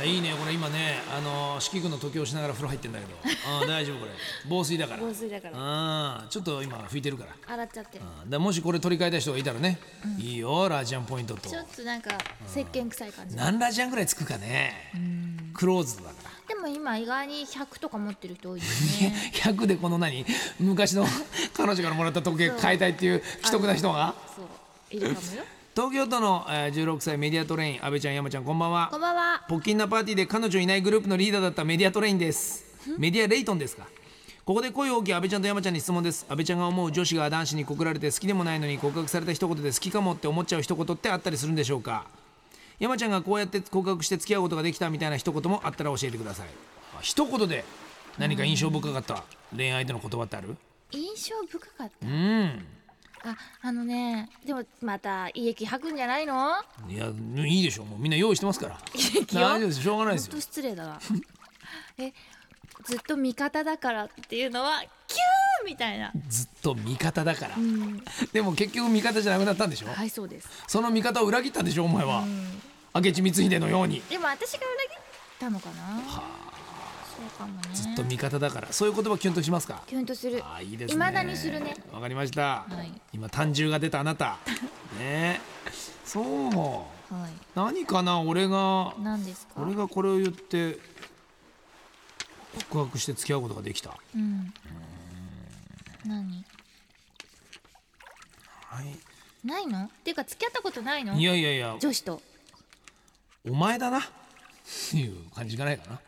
あいいねこれ今ねあの四季君の時をしながら風呂入ってんだ けどあ大丈夫これ防水だから防水だからあちょっと今拭いてるから洗っちゃってるあだもしこれ取り替えた人がいたらね、いいよラジアンポイントとちょっとなんか石鹸臭い感じ何ラジアンぐらいつくかねクローズドだからでも今意外に100とか持ってる人多いですね100でこの何昔の 彼女からもらった時計変えたいっていう既得な人がそういるかもよ東京都の、えー16歳メディアトレイン阿部ちゃん山ちゃんこんばんはこんばんはポッキンなパーティーで彼女いないグループのリーダーだったメディアトレインですメディアレイトンですかここで声を大きい阿部ちゃんと山ちゃんに質問です阿部ちゃんが思う女子が男子に告られて好きでもないのに告白された一言で好きかもって思っちゃう一言ってあったりするんでしょうか山ちゃんがこうやって告白して付き合うことができたみたいな一言もあったら教えてくださいあ一言で何か印象深かった恋愛での言葉ってある印象深かっうんたああのねでもまた胃液吐くんじゃないのいやいいでしょうもうみんな用意してますから液よ大丈夫ですしょうがないです本よ当失礼 だなえずっと味方だからっていうのはキューみたいなずっと味方だから、うんでも結局味方じゃなくなったんでしょ、はいそうですその味方を裏切ったんでしょお前は、明智光秀のようにでも私が裏切ったのかなそうかもねずっと味方だからそういう言葉キュンとしますかキュンとするあーいいですね未だにするねわかりました、はい今単汁が出たあな たねえそうは何かな俺がい何ですか俺がこれを言って告白して付き合うことができたうん何はいないのっていうか付き合ったことないのいやいやいや女子とお前だなっていう感じがないか な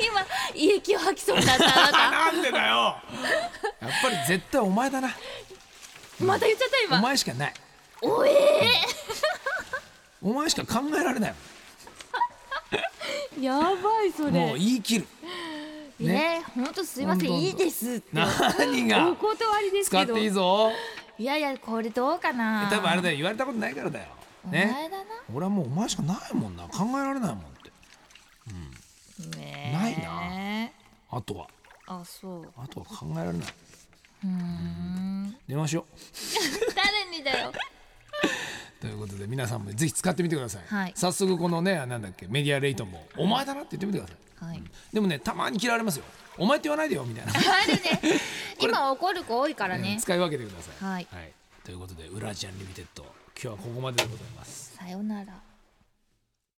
今胃液を吐きそうになったあななんでだよやっぱり絶対お前だな た また言っちゃったお今前しかないおえお前しか考えられないー、やばいそもんもう言い切るねね本当すいませんどんどんいいですって何おが断りです使けっどていいぞいやいやこれどうかな多分あれだよ言われたことないからだよお前ねだな俺はもうお前しかないもんな考えられないもんってねあとはあそうあとは考えられないうーん電話しよ誰にだようということで皆さんもぜひ使ってみてください、はい早速このねなんだっけメディアレイトも「お前だな」って言ってみてくださいはいでもねたまに嫌われますよ「お前って言わないでよ」みたいなあるね今怒る子多いからうんね 使い分けてください。はいということで、ウラジアンリミテッド、今日はここまででございます。さよなら